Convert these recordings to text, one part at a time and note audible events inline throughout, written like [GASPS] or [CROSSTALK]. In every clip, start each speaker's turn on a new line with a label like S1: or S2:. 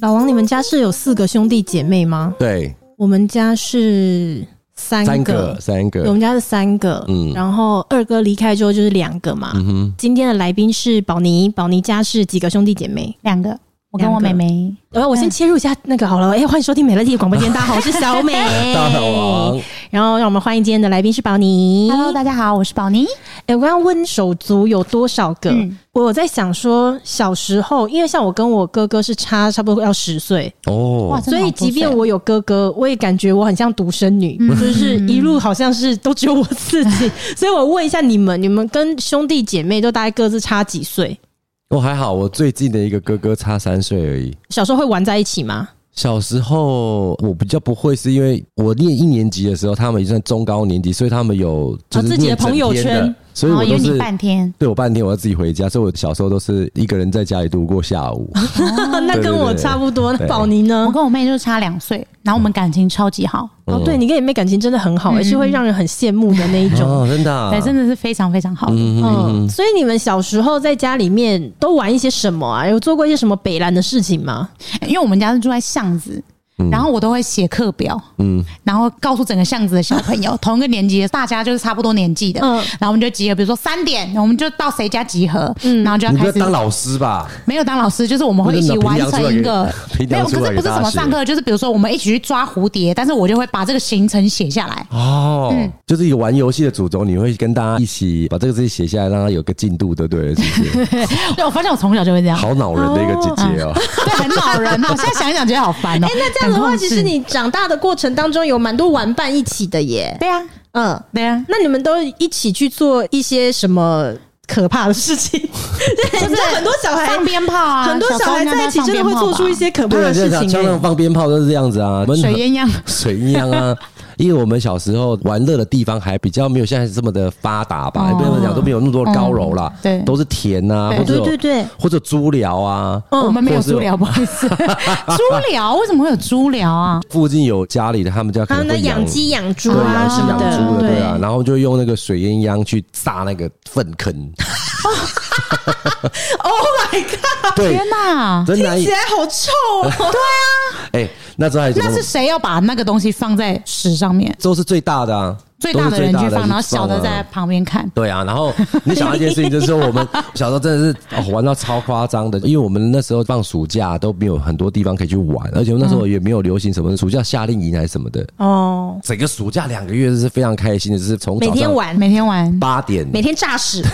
S1: 老王，你们家是有四个兄弟姐妹吗？
S2: 对，
S1: 我们家是三
S2: 三
S1: 个
S2: 个，，三
S1: 对我
S2: 个，
S1: 们家是三个。
S2: 嗯
S1: 然后二哥离开之后就是两个嘛。
S2: 嗯哼，。
S1: 今天的来宾是宝妮，宝妮家是几个兄弟姐妹？
S3: 两个，我跟我妹
S1: 两个
S3: 妹。
S1: 呃，我先切入一下那个好了。哎、欢迎收听美乐蒂广播间，大家好，我是小美
S2: [LAUGHS]
S3: 哎
S2: 大王，
S1: 然后让我们欢迎今天的来宾是宝妮。
S3: Hello，大家好，我是宝妮。
S1: 哎、我刚刚问手足有多少个？
S3: 嗯
S1: 我有在想说，小时候，因为像我跟我哥哥是差差不多要十岁，
S2: 哦
S3: 哇，
S1: 所
S3: 真的
S1: 以
S3: 好多
S1: 即便
S3: 岁
S1: 我有哥哥，我也感觉我很像独生女，
S3: 嗯
S1: 就是一路好像是都只有我自 [LAUGHS] 己。所以我问一下你们，你们跟兄弟姐妹都大概各自差几岁？
S2: 我哦还好，我最近的一个哥哥差三岁而已。
S1: 小时候会玩在一起吗？
S2: 小时候我比较不会，是因为我念一年级的时候，他们已经算中高年级，所以他们有就
S1: 哦
S2: 是
S1: 自己的
S2: 念整
S1: 朋友
S2: 天
S1: 圈，
S2: 所以我
S3: 哦
S2: 都
S3: 有你
S2: 是
S3: 半天，
S2: 对我半天我要自己回家，所以我小时候都是一个人在家里度过下
S3: [LAUGHS]
S2: 午。
S1: [LAUGHS] 那跟我
S2: 对对对
S1: 差不多。那
S2: 对
S1: 宝妮呢
S3: 我？跟我妹就是差两岁，然后我们感情超级好，
S1: 哦，对你跟你妹感情真的很好、而是会让人很羡慕的那一种。
S2: 哦，真的啊、
S3: 哎对，真的是非常非常好。
S2: 嗯哼
S1: 嗯，所以你们小时候在家里面都玩一些什么啊？有做过一些什么北兰的事情吗？
S3: 因为我们家是住在巷子，
S2: 嗯
S3: 然后我都会写课表，嗯，然后告诉整个巷子的小
S2: [LAUGHS]
S3: 朋友，同一个年级的，大家就是差不多年纪的，
S1: 嗯
S3: 然后我们就集合，比如说三点，我们就到谁家集合，
S1: 嗯
S3: 然后就要
S2: 你不
S3: 开
S2: 要
S3: 始
S2: 当老师吧？
S3: 没有当老师，就是我们会一起完成一个
S2: 平
S3: 没
S2: 常
S3: 有，
S2: 出
S3: 可
S2: 来给
S3: 是不是
S2: 大家
S3: 什么
S2: 写
S3: 上课，就是比如说我们一起去抓蝴蝶，但是我就会把这个行程写下来。
S2: 哦，就是一个玩游戏的主轴，你会跟大家一起把这个字写下来，让它有个进度，对不对？是不是？
S1: 哎
S3: 对，我发现我从小就会这样，
S2: 好恼人的一个姐姐哦。
S3: 对，很恼人啊！我现在想一想觉得好烦哦。哎、
S1: 那这样的话，其实你长大的过程当中有蛮多玩伴一起的耶。
S3: 对啊，
S1: 嗯，
S3: 对啊，
S1: 那你们都一起去做一些什么可怕的事 [LAUGHS] 情？就是很多小孩，
S3: 放鞭炮啊，
S1: 哎很多
S3: 小时
S1: 小
S3: 候
S1: 孩
S3: 应该
S1: 在一起
S3: 放
S1: 真的会
S3: 鞭炮
S1: 做
S3: 吧
S1: 出一些可怕
S2: 对啊，
S1: 的事
S2: 像
S1: 情欸
S2: 像那
S1: 耶
S2: 种。放鞭炮都是这样子啊，闷
S3: 水鸳
S1: 嗯
S3: 鸯。
S2: 水鸳鸯啊。因为我们小时候玩乐的地方还比较没有现在这么的发达吧，
S3: 哦
S2: 也不能讲都没有那么多高楼啦，
S3: 嗯对
S2: 都是田啊，
S3: 对
S2: 或者有
S1: 对对对
S2: 或者猪寮啊，
S3: 哦我们没有
S2: 或是有
S3: 猪寮，不好意思，猪寮为什么会有猪寮啊？
S2: 附近有家里的他们家
S1: 还
S2: 可
S1: 有那
S2: 能会
S1: 养鸡、养猪
S2: 对，
S1: 啊
S2: 养鸡
S1: 什么
S2: 养
S1: 的，
S2: 猪的，对啊，然后就用那个水鸳鸯去炸那个粪
S3: [LAUGHS]
S2: 坑，
S1: Oh my god！
S2: 对
S3: 天，哪！
S2: 真的啊
S1: 听 [LAUGHS] 起来好臭哦。
S2: [LAUGHS] 哎、那时候还有什
S3: 那
S2: 么
S3: 是谁要把那个东西放在屎上面？
S2: 都是最大的啊，
S3: 最大
S2: 都
S3: 的
S2: 是
S3: 人去
S2: 啊
S3: 放，然后小的在。旁边看。
S2: 对啊，然后你想到一件事情，就是我们 [LAUGHS] 小时候真的是、哦玩到超夸张的，因为我们那时候放暑假都没有很多地方可以去玩，而且那时候也没有流行什么暑假夏令营还是什么的，
S1: 哦，
S2: 整个暑假两个月是非常开心的，就是从
S1: 每
S2: 早
S1: 天
S2: 上
S1: 玩，
S3: 每天玩，
S2: 八点，
S1: 每天炸
S2: [LAUGHS]
S1: 屎。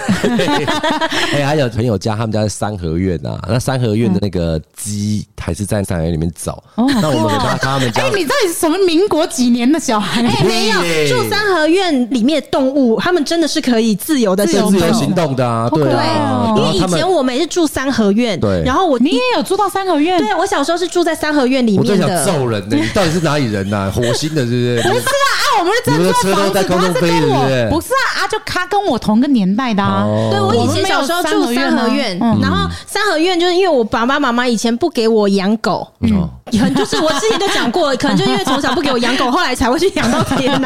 S2: 哎、还有朋友家，他们家在三合院啊，那三合院的那个鸡还是在三合院里面找，那我们给他他们家
S3: 哦哎、你到底是什么民国几年的小孩？
S1: 哎、没有住三合院里面的动物，他们真的是可以自由的
S2: 是
S1: 行
S2: 自由
S1: 动。
S2: 行动的啊，
S3: 好可
S2: 对
S3: 爱
S2: 啊
S3: 哦，
S1: 因
S2: 然
S1: 为
S2: 后
S1: 以
S2: 他们
S1: 前我们也是住三合院，
S2: 对
S1: 然后我
S3: 你也有住到三合院？
S1: 对我小时候是住在三合院里
S2: 我在
S1: 面
S2: 想
S1: 的。
S2: 揍人呢、你到底是哪里人啊呐、火星的，是不是？
S3: [LAUGHS]
S2: 不是
S3: 啊，我们是真的住
S2: 你们的车都在
S3: 房
S2: 空
S3: 子，
S2: 中
S3: 他是
S2: 飞
S3: 跟
S2: 对不对
S3: 我不是啊，啊，就他跟我同个年代的啊。
S2: 哦嗯
S1: 对，我以前小时候住三合院，啊然后三合院就是因为我爸爸妈妈以前不给我养狗，
S2: 嗯，
S1: 可能就是我之前就讲
S2: [LAUGHS]
S1: 过，可能就因为从小不给我养狗，后来才会去养到别人。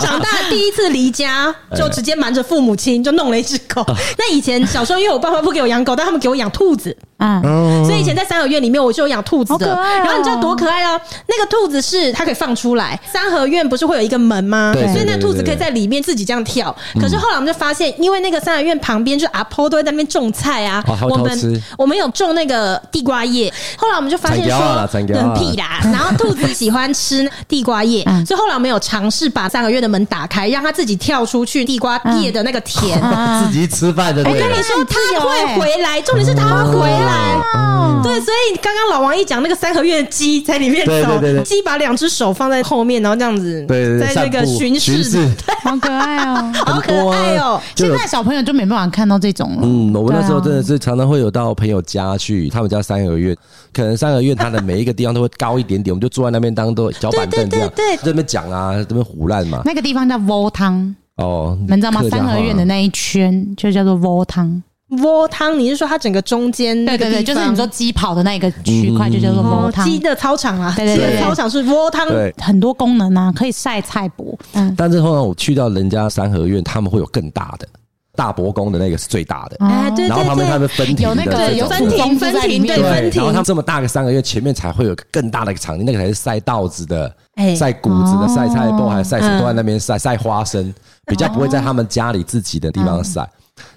S1: 长大第一次离家，
S2: 哎
S1: 就直接瞒着父母亲就弄了一只
S2: [LAUGHS]
S1: 狗。那以前小时候因为我爸妈不给我养狗，但他们给我养兔子，
S3: 啊，
S2: 哦
S1: 所以以前在三合院里面，我就有养兔子的。
S3: 好可爱哦
S1: 然后你知道多可爱啊？那个兔子是它可以放出来，三合院不是会有一个门吗？
S2: 对对
S1: 所以那
S2: 对
S1: 兔子
S2: 对嗯
S1: 可以在里面自己这样跳。可是后来我们就发现，因为那个三合院旁边就是阿婆都会在那边种菜啊，
S2: 哦还会
S1: 我
S2: 偷
S1: 们
S2: 吃
S1: 我们有种那个地瓜叶。后来我们就发现
S2: 残条啊
S1: 说，嗯
S2: 残条啊
S1: 屁
S2: [LAUGHS]
S1: 啦！然后兔子喜欢吃地瓜叶，
S3: 嗯
S1: 所以后来我们有尝试把三合院的门打开，让它自己跳出去地瓜叶的那个田。
S3: 嗯
S2: [LAUGHS] 自己吃饭的，对不
S1: 跟你
S2: 对。
S1: 说，它
S3: 哎
S1: 会回来，重点是它会回来。
S3: 哦，
S1: 对，所以刚刚老王一讲那个三合院的鸡在里面
S2: 对
S1: 走
S2: 对对，对
S1: 鸡把两只手放在后面，然后这样子，
S2: 对对对，
S1: 在那
S2: 散
S1: 个
S2: 步
S1: 巡
S2: 视
S1: 视，
S3: 好可爱 [LAUGHS] 哦。
S1: 好可爱哦、
S2: [LAUGHS] 就
S3: 现
S2: 有
S3: 在小朋友就没办法看到这种了。
S2: 嗯，我们那时候真的
S3: 对啊
S2: 是常常会有到朋友家去，他们家三合院，可能三合院它的每一个地方都会高一点点，我们就坐在那边当都小板凳这样，
S1: 对对对对
S2: 在那边讲啊，在那边胡乱嘛。
S3: 那个地方叫窝汤，
S2: 哦，
S3: 你们知道吗
S2: 客？家
S3: 三
S2: 话
S3: 合院的那一圈就叫做窝汤。
S1: 窝汤，你是说它整个中间那个
S3: 对对对，
S1: 地
S3: 就
S1: 方
S3: 是你说鸡跑的那个区块就叫做窝
S1: 哦
S3: 汤。
S1: 鸡的操场啊，
S3: 对对
S1: 鸡的
S3: 对
S1: 操场是窝汤，
S2: 对。
S3: 很多功能啊，可以晒菜博。嗯，
S2: 但是后来我去到人家三合院，他们会有更大的。大伯公的那个是最大的，
S1: 哎，对对对，
S2: 然后旁边他们分庭
S3: 有那
S2: 的
S3: 个
S2: 这
S1: 对
S2: 种
S1: 分
S3: 有
S1: 庭分庭对
S3: 对
S1: 分
S2: 然后
S1: 庭
S2: 他们这么大个三个月，前面才会有个更大的一个场地，那个才是晒稻子的
S1: 哎、
S2: 晒谷子的、
S3: 哦
S2: 晒菜包，还晒什
S1: 嗯
S2: 么都在那边晒，晒花生，比较不会在他们家里自己的地
S1: 嗯
S2: 方晒。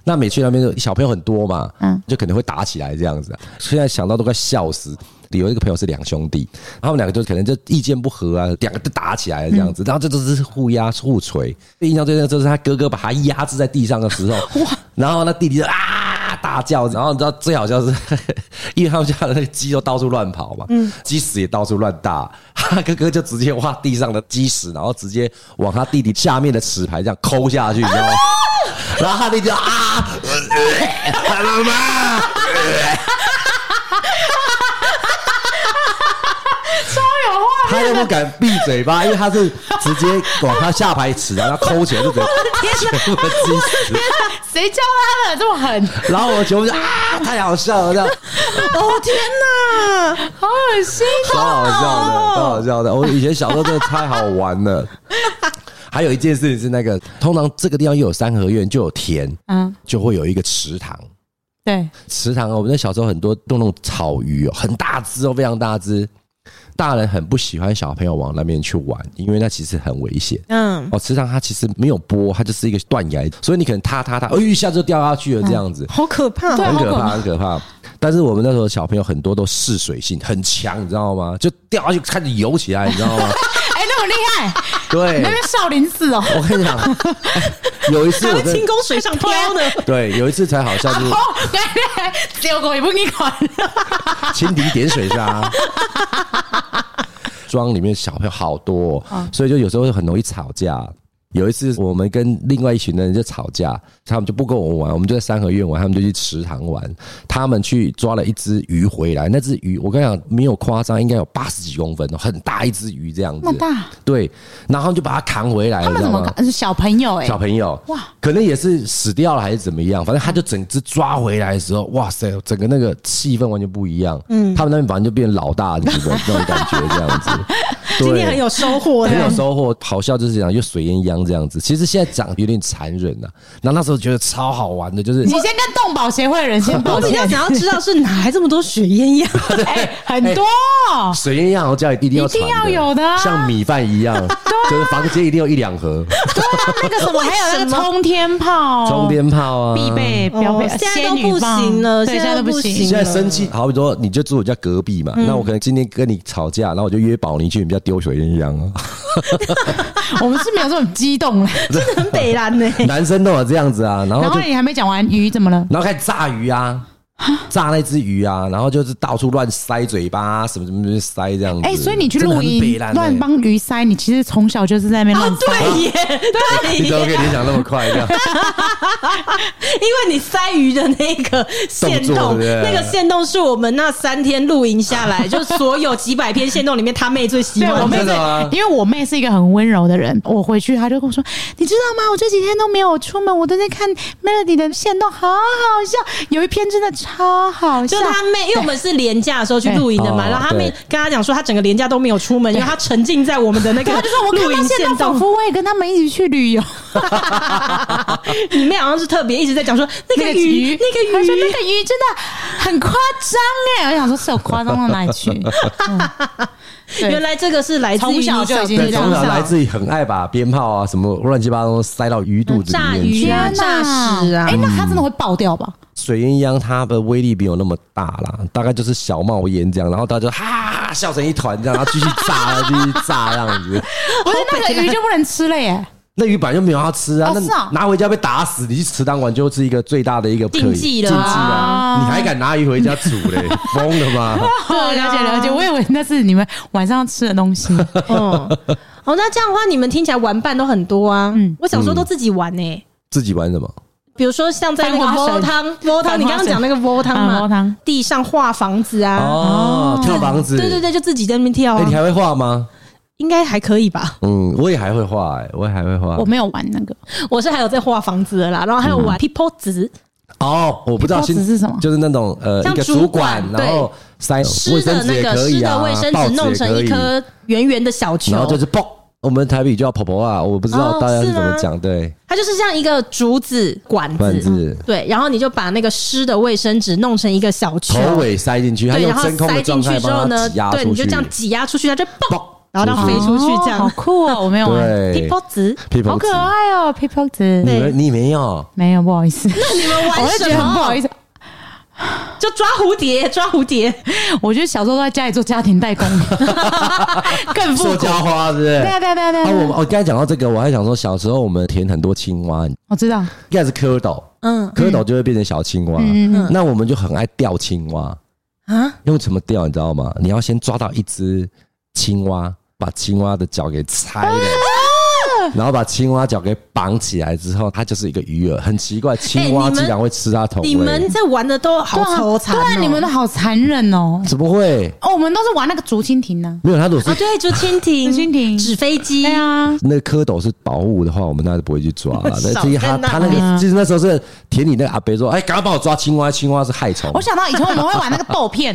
S2: 那每去那边就小朋友很多嘛，
S3: 嗯
S2: 就可能会打起来这样子、啊现在想到都快笑死。有一个朋友是两兄弟，他们两个就可能就意见不合啊，两个就打起来了这样子，然后这就是互压互锤。印象最深的就是他哥哥把他压制在地上的时候，然后那弟弟就啊大叫，然后你知道最好笑是， [LAUGHS] 因为他们家的那个鸡都到处乱跑嘛，鸡屎也到处乱大，他哥哥就直接挖地上的鸡屎，然后直接往他弟弟下面的齿排这样抠下去，你知道吗？ [LAUGHS] 然后他弟弟就啊，他妈妈。他又不敢闭嘴巴，因为他是直接往他下排齿，然后抠起来就整全部的鸡屎。
S3: 谁教他的这么狠？
S2: 然后我全部就啊，太好笑了，这样
S1: 哦天哪！
S3: [LAUGHS] 好恶心！
S2: 超好哦笑的，超好笑的。我以前小时候真的太好玩了。还有一件事情是那个，通常这个地方又有三合院，就有田，
S3: 嗯，
S2: 就会有一个池塘。
S3: 对，
S2: 池塘哦，我们在小时候很多弄那种草鱼哦，很大只哦，非常大只。大人很不喜欢小朋友往那边去玩，因为那其实很危险。
S1: 嗯，
S2: 哦，池塘它其实没有波，它就是一个断崖，所以你可能踏踏踏，哎，一下就掉下去了，这样子。
S1: 好可怕
S3: 对
S1: 哦！
S2: 很可
S3: 好可
S2: 怕，
S3: 怕
S2: 很可怕。但是我们那时候小朋友很多都嗜水性很强，你知道吗？就掉下去开始游起来，你知道吗？
S3: 哎，那么厉害，
S2: [LAUGHS] 对
S3: 那，边少林寺哦，
S2: 我跟你讲， [LAUGHS] 有一次
S1: 还
S2: 我
S1: 会 [LAUGHS]
S2: 真
S1: 轻
S2: 的
S1: 功水上漂呢，
S2: 对有一次才好笑，就是
S3: 哦，对对，只有狗也不给你管，
S2: 蜻蜓点水虾。
S3: [LAUGHS]
S2: 庄里面小朋友好多、
S3: 啊
S2: 哦，所以就有时候会很容易吵架。有一次我们跟另外一群的人就吵架，他们就不跟我们玩，我们就在三合院玩，他们就去池塘玩。他们去抓了一只鱼回来，那只鱼我跟你讲没有夸张，应该有八十几公分哦，很大一只鱼这样子。
S3: 那么大，
S2: 对，然后他们就把它扛回来，
S3: 他
S2: 你
S3: 们
S2: 知
S3: 怎
S2: 道
S3: 么
S2: 吗？
S3: 搞？是小朋友哎，
S2: 小朋友，哇
S3: 哇，
S2: 可能也是死掉了还是怎么样，反正他就整只抓回来的时候，哇塞，整个那个气氛完全不一样。嗯，他们那边反正就变老大，你知道那种感觉这样子。
S3: [LAUGHS]
S2: 对
S1: 今天很有收获
S2: 很有
S1: 的。
S2: 收获，好笑就是讲就水烟秧这样子。其实现在长有点残忍呐、啊，然后那时候觉得超好玩的，就是
S3: 你先跟动保协会的人
S2: [LAUGHS]
S3: 先
S1: 我
S3: 抱
S1: 比较
S3: 歉，
S1: 想要知道是哪来这么多雪鸳鸯， [LAUGHS]
S3: 哎，很多哦，
S2: 水烟秧，我叫你弟弟要
S3: 一定
S2: 传
S3: 要有的啊啊
S2: 像米饭一
S3: [LAUGHS]
S2: 样，就是房间一定有一两盒，
S3: 那个什么，还有那个冲天炮，
S2: 冲天炮啊，
S3: 哦必备标
S1: 哦
S3: 配，
S1: 现在都
S3: 仙女
S1: 不
S3: 棒
S1: 行了，
S3: 对，现
S1: 在
S3: 在
S1: 都
S3: 都
S1: 不
S3: 不
S1: 行了。
S3: 行。
S2: 现在生气，好比说，你就住我家隔壁
S3: 嗯
S2: 嘛，那我可能今天跟你吵架，然后我就约宝妮去你们家丢水烟枪
S3: [LAUGHS]
S2: 啊。
S3: [LAUGHS] 我们是没有这种激动了。
S1: 很北蓝
S3: [LAUGHS]
S1: 呢、
S2: 男生都有这样子啊， [LAUGHS] 然后
S3: 然
S2: 就嗯
S3: 后你还没讲完，鱼怎么了？
S2: 然后开始炸鱼啊，炸那只鱼啊，然后就是到处乱塞嘴巴、啊，什么什么什么塞这样子。
S3: 哎，所以你去
S2: 真的
S3: 露
S2: 很北
S3: 营
S2: 烂欸啊
S3: 乱。帮鱼塞，你其实从小就是在那边乱塞。
S1: 哦对耶，
S3: 啊
S1: 对
S2: [LAUGHS] 你
S1: 耶，
S2: 怎么可以联想那么快？这样
S1: [LAUGHS] 因为你塞鱼的那个线
S2: 动作
S1: 动，
S2: 对不对
S1: 那个线动是我们那三天露营下
S3: [LAUGHS]
S1: 来，就所有几百篇线动里面，他妹最喜
S3: 对 [LAUGHS] 我
S1: 欢
S3: 妹
S2: 真
S1: 的。
S2: 的吗
S3: 是，因为我妹是一个很温柔的人，我回去她就跟我说：“你知道吗？我这几天都没有出门，我都在看 Melody 的线动，好好笑。有一篇真的超好笑
S1: 就，他妹，因为我们是廉价的时候去露营的嘛，
S2: 对
S1: 然后他妹
S2: 哦对
S1: 跟他讲说，他整个廉价都没有出门，因为他沉浸在我们的那个
S3: 她就说我看
S1: 露
S3: 到
S1: 营
S3: 线
S1: 线
S3: 动，仿
S1: 动。
S3: 佛我也跟他们一起去旅游。”
S1: 你妹好像是特别一直在讲说那个
S3: 那个
S1: 鱼那
S3: 鱼，，
S1: 个
S3: 他说
S1: 鱼
S3: 那，个鱼真的很夸张哎，我想说是有夸张到
S1: [LAUGHS]
S3: 哪里去？嗯、
S1: 原
S3: 来
S1: 来这个是来自于
S3: 从小
S1: 你
S3: 就已经
S2: 对，
S3: 这
S2: 从
S3: 样
S2: 小来自于很爱把鞭炮啊什么乱七八糟塞到鱼肚子
S1: 炸
S2: 里面
S1: 鱼
S2: 去。
S1: 啊炸屎啊嗯
S3: 哎、那它真的会爆掉吧？
S2: 水烟秧它的威力没有那么大啦，大概就是小冒烟这样，然后大家就哈笑成一团这样，然后继续炸， [LAUGHS] 继续炸这样子。
S3: 不是那个鱼就不能吃了
S1: [LAUGHS]
S3: 耶？
S2: 那鱼本来就没有要吃啊，
S3: 哦
S2: 那
S3: 是啊
S2: 拿回家被打死，你去池塘玩就是一个最大的一个可以
S1: 禁忌了
S2: 禁忌
S3: 啊
S2: 你还敢拿鱼回家煮
S1: [LAUGHS]
S2: 嘞？疯了吗？
S3: 哦，
S1: 啊
S3: 了解了解，我以为那是你们晚上吃的东
S1: [LAUGHS]
S3: 西。
S1: 哦，哦，那这样的话，你们听起来玩伴都很多啊。
S3: 嗯
S1: 我小时候都自己玩呢、
S2: 自己玩什么？
S1: 比如说像在那个
S3: 翻花绳
S1: 窝汤，窝汤，你刚刚讲那个窝汤嘛，
S3: 嗯窝汤
S1: 地上画房子啊，
S2: 哦，跳房子。
S1: 对对。对，就自己在那边跳、
S2: 哎，
S1: 啊
S2: 你还会画吗？
S1: 应该还可以吧？
S2: 嗯，我也还会画，哎，我也还会画
S3: 我。没有玩那个，
S1: 我是还有在画房子的啦，然后还有
S2: 嗯
S1: 玩 people 子，
S2: 哦，我不知道
S3: 包子
S2: 现
S3: 是什么
S2: 就是那种呃，
S1: 像
S2: 一个
S1: 主
S2: 主管，
S1: 管
S2: 然后塞
S1: 湿
S2: 卫
S1: 的
S2: 生纸
S1: 那
S2: 也
S1: 个
S2: 可
S1: 湿
S2: 以
S1: 的
S2: 啊
S1: 卫生，
S2: 报
S1: 纸
S2: 纸
S1: 弄
S2: 也
S1: 成
S2: 可
S1: 一
S2: 以，
S1: 颗圆圆的小球
S2: 然后，就是嘣，我们台北叫婆婆啊，我不知
S1: 哦
S2: 道大家是
S1: 是
S2: 怎么
S1: 吗
S2: 讲，对，
S1: 它就是像一个竹子管子，
S2: 管子
S1: 对，然后你就把那个湿的卫生纸弄成一个小球，
S2: 头尾塞进去，它
S1: 对，
S2: 用
S1: 然后
S2: 真空
S1: 塞
S2: 的
S1: 进
S2: 状
S1: 去
S2: 态
S1: 之
S2: 帮
S1: 后呢
S2: 它挤压，
S1: 对，
S2: 出
S1: 你
S2: 去，
S1: 就这样挤压出去，它就
S2: 嘣
S1: 嘣，然后让飞
S2: 出去
S1: 出去这
S3: 哦好
S1: 样。
S3: 酷哦！我没有玩，
S2: 对
S1: 皮包
S3: [LAUGHS]
S1: 子，
S2: 屁
S3: 好
S2: 股
S3: 可爱哦，皮包子。
S2: 你们你没有，
S3: 没有，不好意思，
S1: 你们
S3: 我
S1: 玩
S3: 会
S1: 什
S3: 觉得很不好
S1: 么？
S3: 意思。
S1: 就抓蝴蝶，抓蝴蝶，
S3: 我觉得小时候都在家里做家庭
S1: [LAUGHS]
S3: 代工，更复
S2: 塑
S3: 古。
S2: 胶花是不是？
S3: 对啊，对啊，对啊，对
S2: 啊，
S3: 啊
S2: 我
S3: 对
S2: 们
S3: 啊！
S2: 我刚才讲到这个，我还想说，小时候我们填很多青蛙，应
S3: 我知道，
S2: 该是蝌蚪，
S1: 嗯
S2: 蝌蚪就会变成小青蛙。
S3: 嗯嗯
S2: 那我们就很爱钓青蛙，
S1: 啊，
S2: 用什么钓你知道吗？你要先抓到一只青蛙，把青蛙的脚给拆
S1: 啊
S2: 了。然后把青蛙脚给绑起来之后，它就是一个鱼饵。很奇怪，青蛙
S1: 你们
S2: 竟然会吃它头
S1: 哎你们
S2: 尾，
S1: 在玩的都好哦惆怅、
S3: 对啊，你们都好残忍哦。
S2: 怎么会？
S3: 哦，我们都是玩那个竹蜻蜓呢。
S2: 没有，它如果
S1: 啊，
S2: 是
S1: 对，就蜻蜓、
S3: 竹蜻蜓
S1: 纸飞机，
S3: 对啊，
S2: 那个蝌蚪是保物的话，我们当然不会去抓了。
S1: 少
S2: 那至于它
S1: 在那
S2: 它那
S3: 嗯
S2: 个，就是那时候是田里那个阿伯说：“哎，赶快帮我抓青蛙，青蛙是害虫。”
S3: 我想
S1: [LAUGHS]
S3: 到以前我们会玩那个豆片，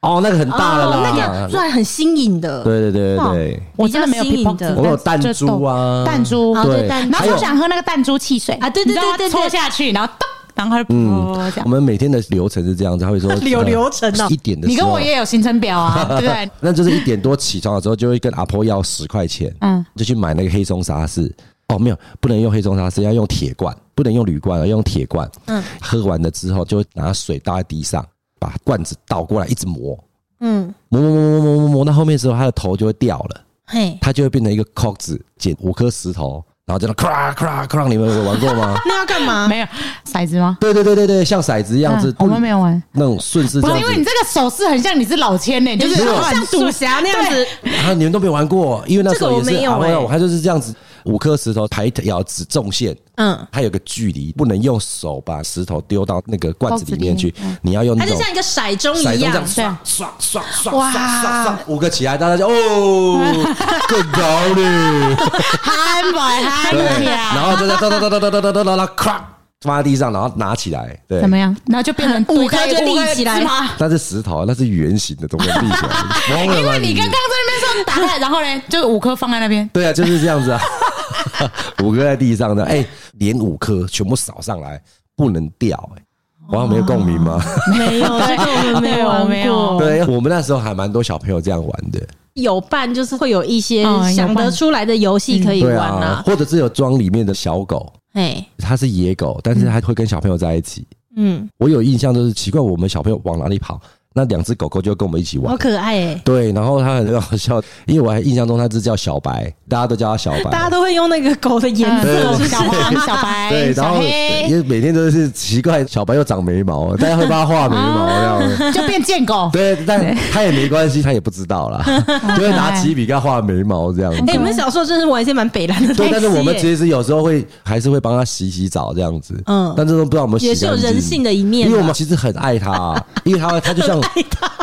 S2: 哦，那个很大了
S1: 哦
S2: 啦，
S1: 那个算很新颖的，
S2: 对对对对对，
S3: 我真的没有
S1: 比较新颖的
S3: pickpocket
S2: 我有弹珠啊，
S3: 弹珠，
S1: 啊对
S2: 对，
S1: 弹珠
S2: 还
S3: 然后
S2: 有
S3: 我想喝那个弹珠汽水
S1: 啊对对
S3: 你知道
S1: 对对
S3: 它
S1: 对
S3: 戳下去，然后咚，然后它
S2: 嗯
S3: 就噗这
S2: 我
S3: 样。
S2: 们每天的流程是这样子，他会
S3: [LAUGHS]
S2: 说呃
S1: 有流程哦
S2: 一点的时候，
S3: 你跟我也有行程
S2: [LAUGHS]
S3: 表啊，对不对？
S2: 那就是一点多起床的时候，就会跟阿婆要十块钱，
S3: 嗯
S2: 嗯，就去买那个黑松沙士。哦，没有，不能用黑松沙士，要用铁罐，不能用铝罐，要用铁罐。
S1: 嗯
S2: 嗯，喝完了之后，就会拿水倒在地上，把罐子倒过来，一直磨，
S1: 嗯，
S2: 磨磨磨磨磨磨磨到后面的时候，它的头就会掉了。
S1: 嘿，？
S2: 它就会变成一个扣子，捡五颗石头，然后
S3: [LAUGHS]
S2: 这样咔咔咔，你们有玩过吗
S1: 那要干嘛？
S3: 没有骰子吗？
S2: 对对对对对，像骰子一样子
S3: 嗯，我们没有玩。
S2: 那种顺势
S3: 不
S2: 这
S3: 是
S2: 样
S3: 因为你
S2: 子。
S3: 这个手势很像你是老千呢、就
S1: 就是是
S3: 乱
S1: 像赌侠那样子，
S2: 啊，你们都没玩过，因为那时候也
S1: 这个我没
S2: 是
S1: 有
S2: 啊，
S1: 欸
S2: 我他就是这样子，五颗石头抬摇指中线，
S1: 嗯，
S2: 它有个距离，不能用手把石头丢到那个罐子里面去
S3: 哦罐子里面，嗯
S2: 你要用
S1: 它
S2: 那
S1: 就
S2: 种
S1: 像一个骰盅
S2: 骰盅
S1: 一
S2: 这
S1: 样，[LAUGHS]
S2: 样
S3: 对
S2: 刷刷刷刷
S3: 哇
S2: 刷刷刷，五个起来，大家就哦，更高
S3: [LAUGHS]
S2: 了。
S3: 憨白憨
S2: 对，
S3: 呀，
S2: 然后就在哒哒哒哒哒哒哒哒哒哒，咔放在地上，然后拿起来，对，
S3: 怎么样？然后就
S2: [LAUGHS]
S3: 变成
S1: 五颗就立起来
S3: 是吗？
S2: 那是石头，啊那是圆形的东西，立起
S3: [LAUGHS]
S2: 来，
S3: 因为你刚刚在那边说你打开，然后呢，就五颗放在那边，
S2: 对啊，就是这样子啊， [LAUGHS] 五颗在地上的，哎、连五颗全部扫上来，不能掉、哎，我好像没有共鸣吗？
S1: 没有，这个我们没有
S3: [LAUGHS] 对没
S1: 玩
S3: 有
S1: 过。
S2: [LAUGHS] 对，我们那时候还蛮多小朋友这样玩的，
S1: 有伴就是会有一些
S3: 嗯有伴
S1: 想得出来的游戏可以
S2: 对
S1: 玩
S2: 啊
S1: 啦，，
S2: 或者是有庄里面的小狗，
S1: 哎，
S2: 它是野狗，但是它会跟小朋友在一起。
S1: 嗯，
S2: 我有印象就是奇怪，我们小朋友往哪里跑，那两只狗狗就会跟我们一起玩
S1: 好。可爱哎，
S2: 对，然后它很好笑，因为我还印象中它只叫小白，大家都叫它小白，
S1: 大家都哎会用那个狗的颜色，
S2: 对
S1: 是
S3: 小黄、小
S1: [LAUGHS]
S3: 白、
S2: 对，然
S3: 小
S2: 后
S3: 黑
S2: 对，因为每天都是奇怪，小白又长眉毛，大家会帮他画眉毛这
S1: 啊
S2: 样子。
S3: 就变贱狗。
S2: [LAUGHS] 对，但他也没关系，他也不知道啦， [LAUGHS] 就会拿起笔跟他画眉毛这样子
S1: 哎、。我们小时候真是玩一些蛮北蓝的东
S2: 对，
S1: 西、
S2: 但是我们
S1: 哎
S2: 其实有时候会还是会帮他洗洗澡这样子，
S1: 嗯
S2: 嗯，但这都不知道我们洗
S1: 也是有
S2: 干净
S1: 人性的一面啊
S2: 因为我们其实很爱他，啊因为他他
S1: [LAUGHS]
S2: 就像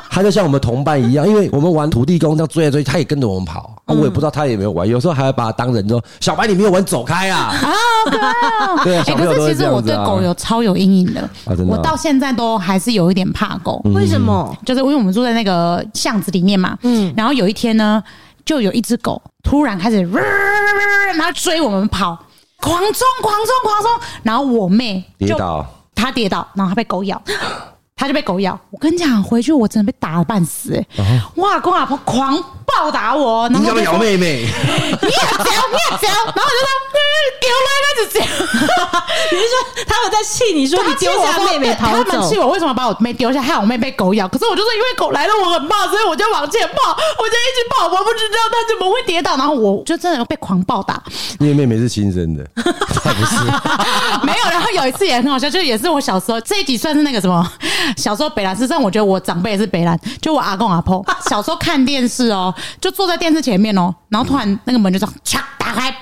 S2: 他就像我们同伴一样，因为我们玩土地公这样追来追去，他也跟着我们跑，啊我也不知道他有没有玩，有时候还会把他当人说小白你没有玩走开啊，
S1: [LAUGHS]
S3: 啊，好可爱哦！
S2: [LAUGHS] 对啊
S3: 哎
S2: 小朋
S3: 可
S2: 友都
S3: 是
S2: 会
S3: 其实
S2: 这样
S3: 我
S2: 子
S3: 对
S2: 啊
S3: 狗有超有阴影的，
S2: 真的啊嗯
S3: 我到现在都还是有一点怕狗。
S1: 为什么？
S3: 就是因为我们住在那个巷子里面嘛，嗯，然后有一天呢，就有一只狗突然开始，然后追我们跑，狂冲狂冲狂冲，然后我妹
S2: 跌
S3: 就
S2: 倒。
S3: 她跌倒，然后她被狗咬。 [GASPS] 她就被狗咬，我跟你讲，回去我真的被打了半死、欸，哇！公阿婆狂暴打我，然
S2: 你干
S3: 后
S2: 嘛
S3: 就
S2: 咬
S3: 说
S1: [LAUGHS]
S2: 妹妹？
S3: [LAUGHS] 你也嚼，你也嚼，然后我就说，嗯，丢了那就这样。
S1: 你是说他们在气你说你丢下妹妹
S3: 他
S1: 跑
S3: 们
S1: 走
S3: 气？我为什么把我妹丢下，害我妹被狗咬。可是我就说，因为狗来了，我很怕，所以我就往前跑，我就一直跑，我不知道它怎么会跌倒，然后我就真的被狂暴打。
S2: 因为妹妹是亲
S1: [LAUGHS]
S2: 生的，她不是。
S3: [LAUGHS] 没有，然后有一次也很好笑，就是也是我小时候这一集算是那个什么， [LAUGHS] 小时候北兰，事实上我觉得我长辈也是北兰，就我阿公阿婆 [LAUGHS] 小时候看电视哦，就坐在电视前面哦，然后突然那个门就这样嚓打开，